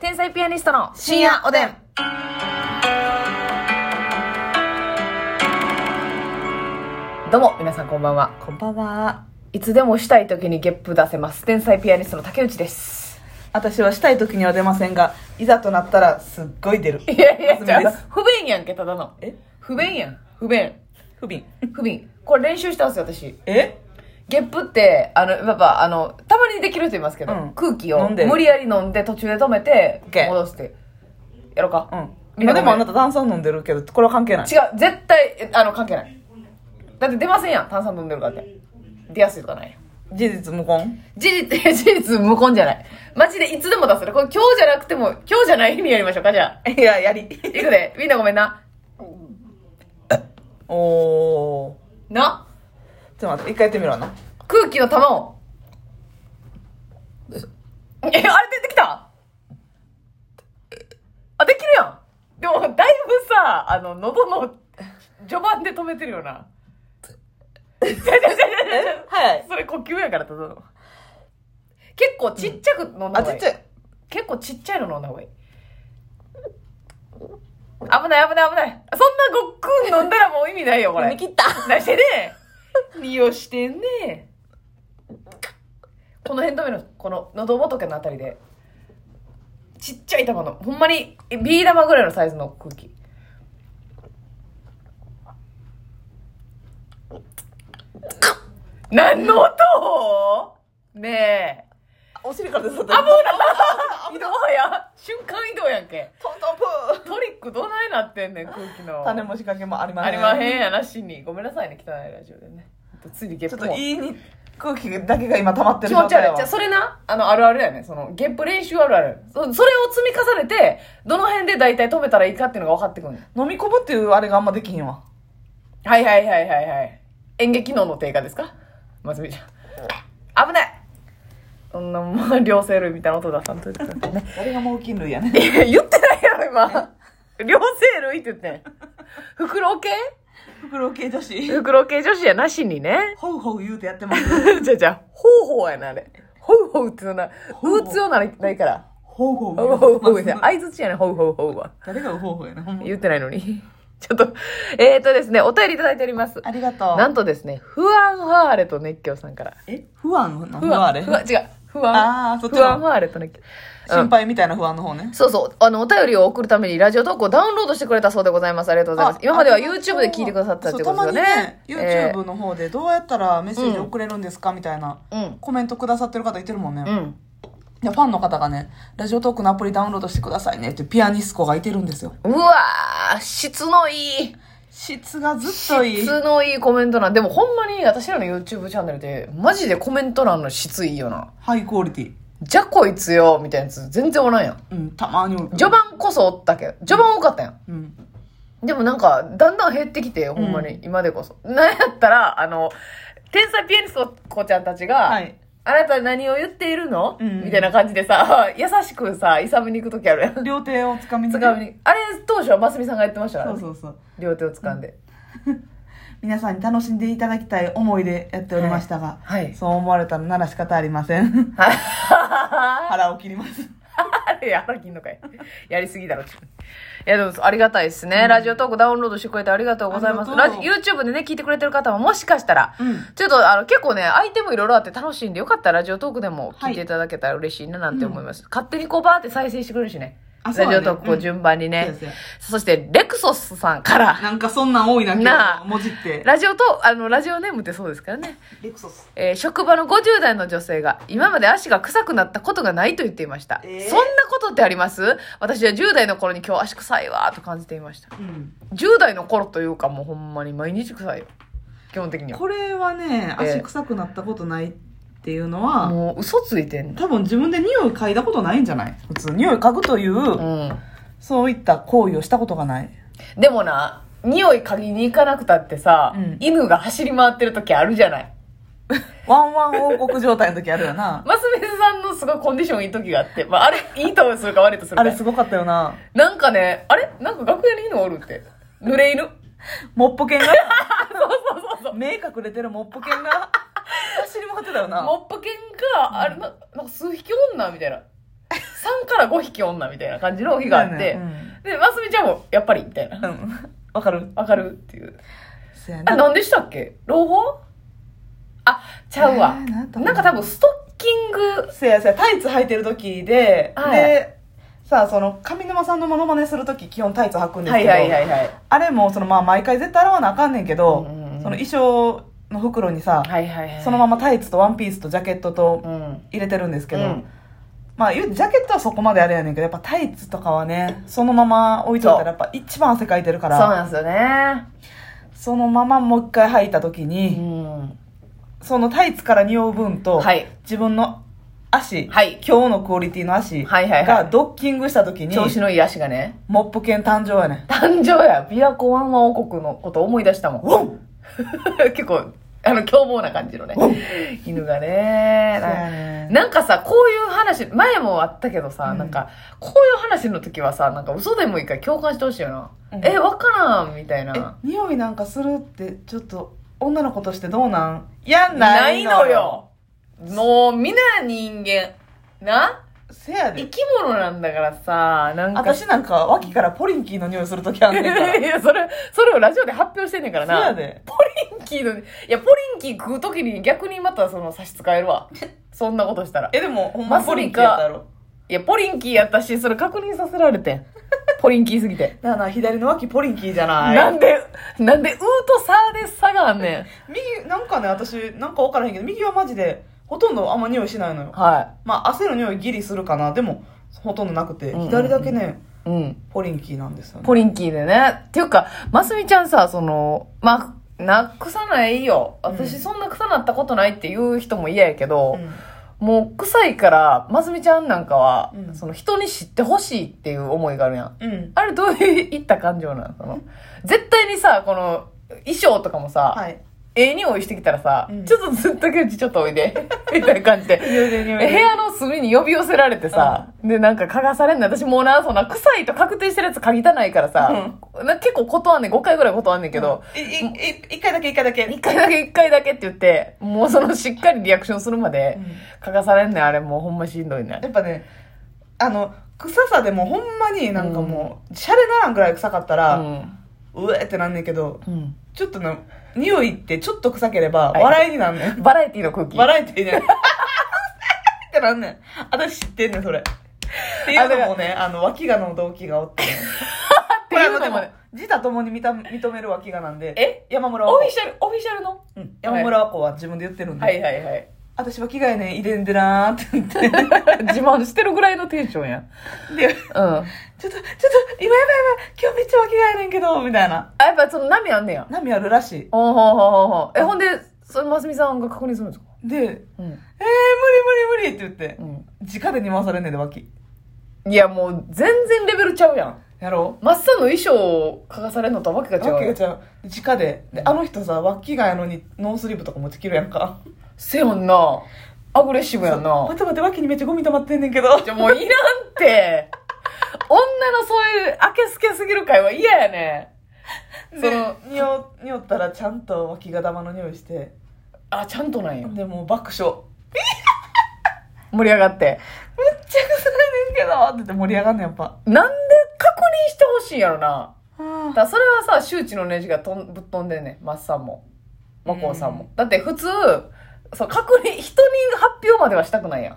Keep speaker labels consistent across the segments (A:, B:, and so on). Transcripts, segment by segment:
A: 天才ピアニストの
B: 深夜おでん。
A: どうも皆さんこんばんは
B: こんばんは。
A: いつでもしたい時にゲップ出せます天才ピアニストの竹内です
B: 私はしたい時には出ませんが、いざとなったらすっごい出る。
A: いやいや
B: ますみです
A: 不便やんけただの
B: え
A: 不便やん不便
B: 不憫。
A: 不便これ練習したんですよ私
B: え
A: ゲップってあのやっぱあのたまにできる人いますけど、
B: うん
A: 空気を
B: 飲んで
A: 無理やり飲んで途中で止めて
B: OK
A: 戻してやろうか、
B: うん。
A: みんなごめ
B: 今
A: ん
B: でもあなた炭酸飲んでるけど、これは関係ない。
A: 違う絶対えあの関係ないだって出ませんやん炭酸飲んでるからって出やすいとかない
B: 事実無根
A: 事実 事実無根じゃないマジでいつでも出せるこれ今日じゃなくても今日じゃない日にやりましょうかじゃあ
B: いや、やり。
A: いくでみんなごめんな
B: おー。
A: な
B: ちょっと待って、一回やってみろな。
A: 空気の玉をえあれ出てきたあできるやんでもだいぶさあの喉の序盤で止めてるよな
B: はい。
A: それ呼吸やからただの結構ちっちゃく飲んだ
B: あ、
A: 方がい
B: ち
A: い、
B: っちゃい。
A: 結構ちっちゃいの飲んだ方がいい危ない危ない危ないそんなごっくん飲んだらもう意味ないよこれ
B: 飲み切った。
A: 何してね利用してんねこの辺止めのこの喉仏のあたりでちっちゃい玉のほんまにえビー玉ぐらいのサイズの空気何の音ねえ
B: お尻から出そう
A: あ
B: だ
A: もうな移動や瞬間移動やんけ
B: トントンプー
A: トリックどないなってんねん空気の
B: 種も仕掛けもありま
A: あ
B: せ
A: り
B: ん。
A: まへんやなしにごめんなさいね汚いラジオでねついにゲッ
B: ちょ
A: プ
B: っ
A: も
B: といいに空気だけが今溜まって
A: 気
B: る
A: 持
B: 状
A: ち悪
B: 態
A: いじゃ
B: は
A: あ。それなあのあるあるやねそのゲップ練習あるあるそそれを積み重ねてどの辺で大体止めたらいいかっていうのが分かってくる
B: 飲み込むっていうあれがあんまできひんわ。
A: はいはいはいはいはい演劇能の低下ですかまつみちゃん危ないそんなもう両生類みたいな音出さんといてくださいね
B: あれが猛禽類やね。
A: いや言ってないやろ、今。両生類って言ってん。袋系
B: 袋系女 子。
A: 袋系女子やなしにね。
B: ほうほう言うてやってます。
A: じゃあじゃあ、ほうほうやな、あれ。ほうほうってのな、
B: うほう
A: うつよならないから。
B: ほうほう
A: ほうほうほうって、相づちやね、ほうほうほうは。
B: 誰がウホウホやな、ほんま
A: 言ってないのに。 ちょっと、えーとですね、お便りいただいております。
B: ありがとう。
A: なんとですね、不安ハーレと熱狂さんから。
B: え不安な不安あれ
A: 不安、違う。不
B: あ
A: 安。
B: ーそっち
A: 不
B: の
A: 安ハーレと熱狂。うん
B: 心配みたいな不安の方ね。
A: そうそう。あの、お便りを送るためにラジオ投稿をダウンロードしてくれたそうでございます。ありがとうございます
B: あ。
A: 今までは
B: ありがとう
A: YouTube で聞いてくださったってことですよね。
B: そうたまに
A: え
B: ね、YouTube の方でどうやったらメッセージ送れるんですかみたいな
A: ーうん。
B: コメントくださってる方いてるもんね。
A: うん。
B: いやファンの方がね、ラジオトークのアプリダウンロードしてくださいねっていうピアニスコがいてるんですよ。
A: うわー、質のいい。
B: 質がずっといい。
A: 質のいいコメント欄。でもほんまに私らの YouTube チャンネルで、マジでコメント欄の質いいよな。
B: ハイクオリティ。
A: じゃこいつよ、みたいなやつ全然おらんやん。
B: うん、たまにおる。
A: 序盤こそおったけど、序盤多かったやん。
B: うん。
A: でもなんか、だんだん減ってきて、ほんまに、今でこそ。なんやったら、あの、天才ピアニスト子ちゃんたちが、
B: はい。
A: あなた何を言っているの、
B: うん
A: みたいな感じでさ、 優しくさ、いさみに行くときあるやん。
B: 両手をつかみ
A: つ
B: つ
A: かみに。あれ、当初はますみさんがやってましたから
B: そ
A: ね、
B: うそうそう。
A: 両手を掴んで。
B: 皆さんに楽しんでいただきたい思いでやっておりましたが、
A: はいはい
B: そう思われたのなら仕方ありませ ん
A: あ
B: 腹を切ります
A: れ、 やらきんのかい。やりすぎだろ、ちょっといや、でも、ありがたいですね、ラジオトークダウンロードしてくれてありがとうございます。
B: ありが
A: ラ
B: と
A: ジ
B: う
A: YouTube でね、聞いてくれてる方ももしかしたら、
B: うん
A: ちょっと、あの、結構ね、相手もいろいろあって楽しいんで、よかったらラジオトークでも聞いていただけたら嬉しいななんて思います。勝手にこう、バーって再生してくれるしね。
B: あそう
A: ラ
B: だ
A: ジ
B: ね
A: オトークこう順番にね。
B: うんそうですよ
A: そして、レクソスさんから、
B: なんかそんなん多いな今
A: なあ
B: 日もじって
A: ラジオと、あの、ラジオネームってそうですからね。
B: レクソス
A: えー職場の50代の女性が、今まで足が臭くなったことがないと言っていました。
B: えー
A: そんなことってあります私は10代の頃に今日足臭いわーと感じていました。
B: うん
A: 10代の頃というかもうほんまに毎日臭いよ。基本的には。
B: これはね
A: ええ
B: 足臭くなったことないっていうのは、
A: もう嘘ついてんの。
B: 多分自分で匂い嗅いだことないんじゃない普通匂い嗅ぐという、
A: うん。
B: そういった行為をしたことがない
A: でもな、匂い嗅ぎに行かなくたってさ、
B: うん
A: 犬が走り回ってる時あるじゃない。
B: ワンワン王国状態の時あるよ な
A: マスメスさんのすごいコンディションいい時があって、まあ、あれ、いいとするか悪いとするか。
B: あれすごかったよな
A: なんかね、あれなんか楽屋に犬おるって。濡れ犬。
B: モッポ 犬が
A: そうそうそう。
B: 目隠れてるモッポ犬 が走り回ってたよな
A: モップ犬が、あれ、ななんか数匹おんな、みたいな。 3から5匹女みたいな感じの日があって、で、ますみちゃんも、やっぱり、みたいな
B: う。ん。うんわかる
A: わかるっていう。
B: そや
A: あ、なんでしたっけ朗報あ、ちゃうわ。
B: えーなんだ
A: なんか多分、ストッキング、
B: せやせや、タイツ履いてる時で、
A: はい
B: で、さあ、その、上沼さんのモノマネする時基本タイツ履くんです
A: は
B: け
A: い
B: ど、
A: はいはいはい。
B: あれも、その、まあ、毎回絶対洗わなあかんねんけど、
A: うんうんうん
B: その衣装の袋にさ、
A: はいはいはい。
B: そのままタイツとワンピースとジャケットと
A: うん。
B: 入れてるんですけど、
A: うん
B: まあ、言うジャケットはそこまであれやねんけど、やっぱタイツとかはね、そのまま置いといた
A: そう
B: ら、やっぱ一番汗かいてるか
A: そう
B: ら、
A: なんですよね。
B: そのままもう一回履いた時
A: う
B: に、
A: ん。
B: そのタイツから匂う分と、
A: はい。
B: 自分の足、
A: はい
B: 今日のクオリティの足
A: はいはいはい
B: がドッキングした時に、
A: 調子のいい足がね。
B: モップ犬誕生やねん。
A: 誕生や、琵琶湖ワンワン王国のこと思い出したもん。
B: ウォン
A: 結構、あの、凶暴な感じのね
B: うん。
A: 犬がね
B: そうやね
A: なんかさ、こういう話、前もあったけどさ、
B: うん
A: なんか、こういう話の時はさ、なんか嘘でもいいから共感してほしいよな。
B: うん
A: え、わからんみたいな。
B: え、匂いなんかするって、ちょっと、女の子としてどうなんいや、
A: ないのよ。もう、みんな人間。な
B: せや
A: 生
B: で。
A: き物なんだからさ、なんか。
B: 私なんか脇からポリンキーの匂いする時あんねんか ら。
A: いや、それ、それをラジオで発表してんねんから
B: せや
A: な。
B: で。
A: ポリンキーの、いや、ポリンキー食うときに逆にまたその差し支える わ。そんなことしたら。
B: え、でも、ほん
A: ま
B: ま
A: さか
B: ポリンキーやったやろ。
A: いや、ポリンキーやったし、それ確認させられて ん。ポリンキーすぎて。
B: なあなあ、左の脇ポリンキーじゃない。
A: なんで、なんで、うーとさーで差があんね
B: 右、なんかね、私、なんかわからへんけど、右はマジで、ほとんどあんま匂いしないのよ
A: ん。。は
B: まあ、汗の匂いギリするかな。でも、ほとんどなくて、
A: うんうんうん
B: 左だけね、
A: い。うん。
B: ポリンキーなんですよね。
A: ポリンキーでね。っていうか、ますみちゃんさ、その、まあ、な、臭ないよ。
B: う
A: 私
B: ん
A: そんな臭なったことないっていう人も嫌やけど、
B: うん
A: もう臭いから、ますみちゃんなんかは、
B: うん
A: その人に知ってほしいっていう思いがあるやん。
B: うん。
A: あれどういういった感情なのその、絶対にさ、この、衣装とかもさ、
B: はい。
A: ええ匂いしてきたらさ、
B: うん
A: ちょっとずっと今日ちょっとおいで、 みたいな感じで。
B: 匂いで匂い
A: 部
B: で。
A: 屋の隅に呼び寄せられてさ、で、なんか嗅がされんの。私もうな、そんな臭いと確定してるやつ嗅ぎたないからさ、な結構断んねん、5回ぐらい断んねんけど、
B: い、い、い、一回だけ一回だけ。
A: 一1回だけ1回だけって言って、もうそのしっかりリアクションするまで
B: うん
A: 嗅がされんねん、あれもうほんましんどいね
B: やっぱね、あの、臭さでもほんまになんかもう、シャレならんぐらい臭かった
A: う
B: ら、
A: ん。
B: うえってなんねんけど、
A: うん。
B: ちょっとな、匂いってちょっと臭ければ、
A: はい
B: 笑いになんねん。
A: バラエティの空気。
B: バラエティーね。 ってなんねん。私知ってんねん、それ。っていうのもね、あの、脇がの同期がおってね。これあの、
A: ってい
B: で
A: うのも
B: も
A: ね、
B: 自他ともに認め認める脇がなんで、
A: え
B: 山村
A: オ
B: 和
A: フィ
B: 子。
A: シャル、オフィシャルの
B: うん山村和子は自分で言ってるんで、
A: はいはいはい。
B: 私脇がやねん、入れんでなーって言って、で、ちょっ
A: 自慢してるぐらいのテンションや。
B: と、ち
A: うん。
B: ょっと、今やばいやばい、今日めっちゃ脇がやねんけど、みたいな。
A: あ、やっぱその波あんねや。
B: 波あるらしい。
A: おほうほうほうほう。え、ほんで、それ、ますみさんが確認するんですか
B: で、えー、無理
A: うん。
B: 無理無理って言って、
A: う
B: 直でに回されんねんで、脇。
A: ん。いや、もう、全然レベルちゃうやん。
B: やろう
A: マッサンの衣装を書かされるのとはわけが違う
B: わけ
A: やん。
B: がちゃう直でであの人さ脇がやのにノースリーブとか持ちきるやんか
A: せやんな。アグレッシブやん
B: そう
A: な
B: 待。って待って脇にめっちゃゴミ溜まってんねんけど
A: じゃ、もういらんって。女のそういう、あけすけすぎる会は嫌やね。その、
B: で匂匂ったらちゃんと脇が玉の匂いして
A: あ、ちゃんとなんや。
B: でもう爆笑
A: 盛り上がって。
B: むっちゃ臭いねんけどって言って盛り上がんねんやっぱ
A: なんで確認してほしいんやろな。だか
B: は
A: らそれはさ、周知のネジがとんぶっ飛んでんねん。マッサンも。マコウさんも。だって普通、そう、確認、人に発表まではしたく ないやん。
B: あ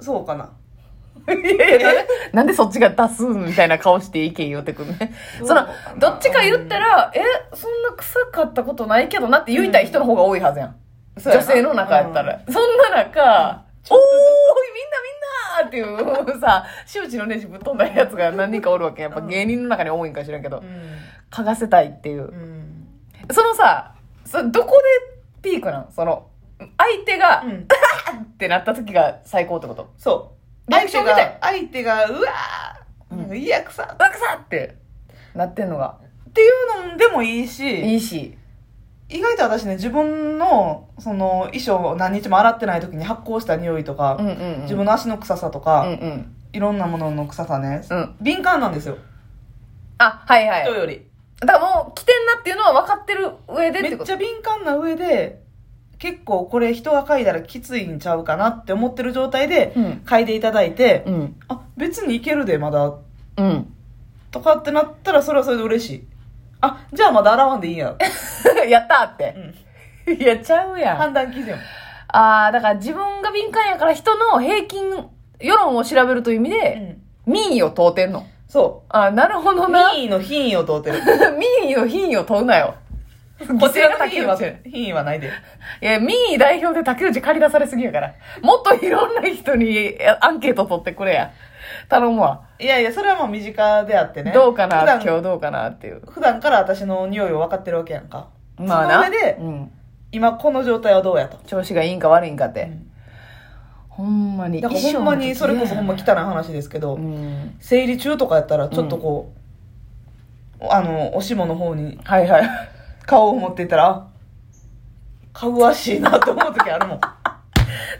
B: そうかない
A: やいや なんでそっちが出すみたいな顔して意見言ってくるね。
B: そう
A: その
B: かな、
A: どっちか言ったら、え、そんな臭かったことないけどなって言いたい人の方が多いはずやん。
B: そうや
A: 女
B: な
A: 性の中やったら。そんな中、おーい、みんなみんなーっていうさ、周知のネジぶっ飛んだやつが何人かおるわけ。やっぱ芸人の中に多いんか知らんけど
B: う、ん
A: 嗅がせたいっていう
B: う。ん
A: そのさ、そどこでピークなのその、相手が、
B: う
A: っ
B: ん
A: てなった時が最高ってこと。
B: そう
A: 爆笑みたい
B: 相手が相手がうわーなんかいや臭っ
A: うわ、臭っってなってんのが
B: っていうのでもいいし
A: いいし。
B: 意外と私ね自分のその衣装を何日も洗ってない時に発酵した匂いとか、
A: うんうんうん。
B: 自
A: の。
B: 分の足の臭さと
A: う
B: か、
A: んうん。
B: いろんなものの臭さね、
A: うん。
B: 敏感なんですよ
A: あ、はいはい。
B: 人
A: だ
B: より
A: からもう、来てんなっていうのは分かってる上でっ
B: め
A: て
B: っ
A: こと
B: ち。ゃ敏感な上で結構これ人が嗅いだらきついんちゃうかなって思ってる状態で
A: うん
B: 嗅いでいただいて、
A: うん。
B: あ別にいけるでまだ
A: うん。
B: とかってなったらそれはそれで嬉しいあじゃあまだ洗わんでい いや、
A: やったーっ
B: う
A: て。
B: ん、
A: い やっちゃうやん。
B: 判断基準
A: ああ、だから自分が敏感やから人の平均、世論を調べるという意味で、民意を問うてんの。
B: そ
A: あーなるほど
B: う
A: な。
B: 品位の品位を問うてる
A: 民意の品位を問うなよ。
B: こちらの品位は
A: 犠牲が高いよ
B: 品位はないで
A: いや、民意代表で竹内借り出されすぎやから。もっといろんな人にアンケート取ってくれや。頼むわ。
B: いやいやそれはもう身近であってね
A: どうかな、
B: 普
A: 今
B: 段
A: 日どうかなっていう。
B: 普段から私の匂いを分かってるわけやんか
A: まあな。
B: その上で
A: うん。
B: 今この状態はどうやと
A: 調子がいいんか悪いんかって。
B: うん
A: ほんまに。
B: だからほんま
A: 衣装
B: にそれ
A: の
B: こ
A: 時
B: そほんま汚い話ですけど、
A: うん。
B: 生理中とかやったらちょっとこう、あのおしもの方に
A: はい はい。
B: 顔を持っていったらあかぐわしいなと思う時あるもん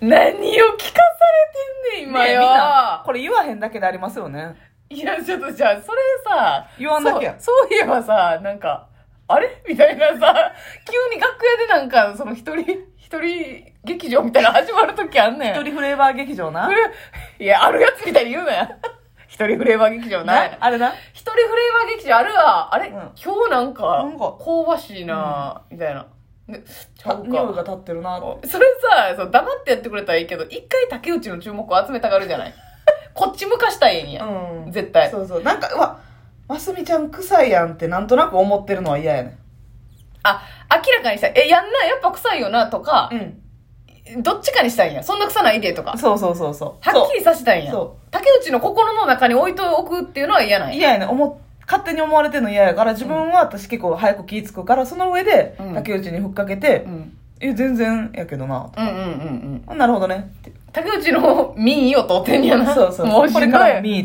A: 何を聞かされてんねん、 今
B: ねえ
A: よ。
B: みんなこれ言わへんだけでありますよね
A: いや、ちょっとじゃあ、それさ、
B: 言わんだけや
A: そう。そういえばさ、なんか、あれみたいなさ、急に楽屋でなんか、その一人、一人劇場みたいなの始まるときあんねん。
B: 一人フレーバー劇場な
A: フレいや、あるやつみたいに言うなよ。 一人フレーバー劇場ない
B: な。あれな
A: 一人フレーバー劇場あるわ。あれ、
B: うん
A: 今日なんか、
B: なんか
A: 香ばしいな、みたいな。でちゃう
B: 匂いが
A: か。
B: 立ってるなって
A: それさ、そう黙ってやってくれたらいいけど、一回竹内の注目を集めたがるじゃない。 こっち向かしたいんや。
B: うん
A: 絶対
B: そうそうなんかうわますみちゃん臭いやんってなんとなく思ってるのは嫌やね
A: あ、明らかにしたい。え、やんな、やっぱ臭いよな、とか
B: ん、うん
A: どっちかにしたいんや。そんな臭ないで、とか。
B: そうそうそうそう
A: はっきりさせたいんや
B: そ。
A: 竹内の心の中に置いておくっていうのは嫌なんや。
B: 嫌やね思っ勝手に思われてるの嫌やから自分は私結構早く気ぃ付くからその上で
A: うん
B: 竹内にふっかけて
A: うん。うん
B: 「え全然やけどな
A: うんうんうん。」
B: あなるほどねって
A: 竹内の民意を通ってんやな。
B: そうそう
A: もう
B: こ
A: し
B: れ
A: んど
B: からも
A: い。
B: 見